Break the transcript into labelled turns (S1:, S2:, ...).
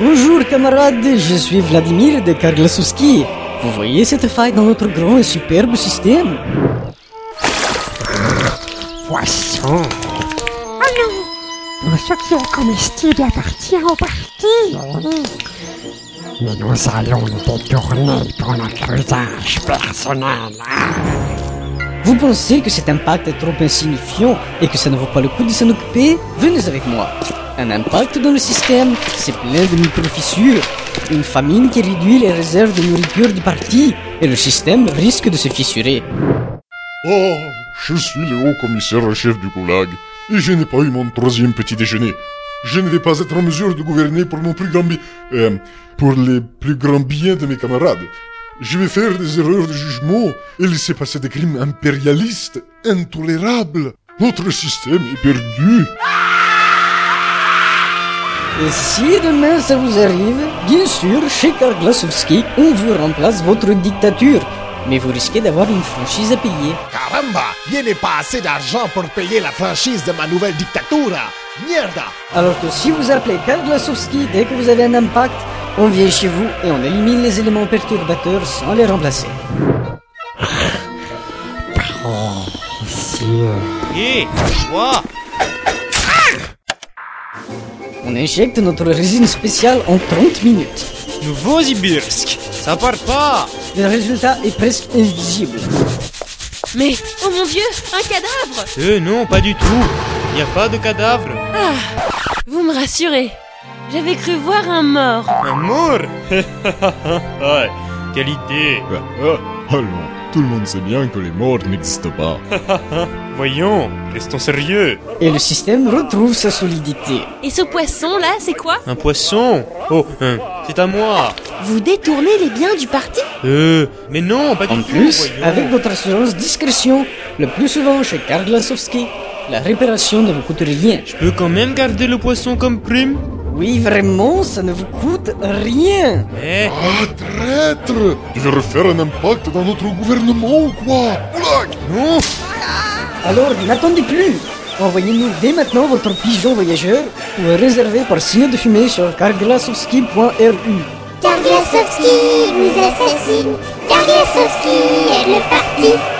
S1: Bonjour camarades, je suis Vladimir de Karglasowski. Vous voyez cette faille dans notre grand et superbe système
S2: Poisson
S3: Oh non Nous sommes comestibles à partir en partie
S2: Mais nous allons nous détourner pour notre usage personnel.
S1: Vous pensez que cet impact est trop insignifiant et que ça ne vaut pas le coup de s'en occuper Venez avec moi. Un impact dans le système, c'est plein de micro-fissures. Une famine qui réduit les réserves de nourriture du parti et le système risque de se fissurer.
S4: Oh, je suis le haut commissaire en chef du goulag et je n'ai pas eu mon troisième petit déjeuner. Je ne vais pas être en mesure de gouverner pour mon plus grand bi- euh, pour les plus grands biens de mes camarades. Je vais faire des erreurs de jugement et laisser passer des crimes impérialistes intolérables. Notre système est perdu.
S1: Et si demain ça vous arrive, bien sûr, chez Karglasowski, on vous remplace votre dictature. Mais vous risquez d'avoir une franchise à payer.
S5: Caramba, je n'ai pas assez d'argent pour payer la franchise de ma nouvelle dictatura. Mierda
S1: Alors que si vous appelez Karglasowski dès que vous avez un impact, on vient chez vous et on élimine les éléments perturbateurs sans les remplacer.
S2: Ici,
S6: Hé, quoi
S1: On injecte notre résine spéciale en 30 minutes.
S6: Nouveau Zibirsk Ça part pas
S1: Le résultat est presque invisible.
S7: Mais, oh mon dieu, un cadavre
S6: Euh, non, pas du tout Y a pas de cadavre
S7: Vous me rassurez. J'avais cru voir un mort.
S6: Amour Ouais, quelle idée
S4: Ah, allons, tout le monde sait bien que les morts n'existent pas.
S6: Voyons, restons sérieux
S1: Et le système retrouve sa solidité.
S7: Et ce poisson là, c'est quoi
S6: Un poisson Oh, hein, c'est à moi
S7: Vous détournez les biens du parti
S6: Euh, mais non, pas du
S1: En
S6: tout
S1: plus,
S6: voyons.
S1: avec votre assurance discrétion, le plus souvent chez Karglasowski, la réparation ne vous coûte rien.
S6: Je peux quand même garder le poisson comme prime
S1: Oui, vraiment, ça ne vous coûte rien.
S6: Eh,
S4: Ah, traître Tu veux refaire un impact dans notre gouvernement ou quoi Goulag
S6: non
S1: Alors, n'attendez plus Envoyez-nous dès maintenant votre pigeon voyageur ou réservé par signe de fumée sur karglasowski.ru.
S8: Karglasowski nous assassine. Karglasowski est le parti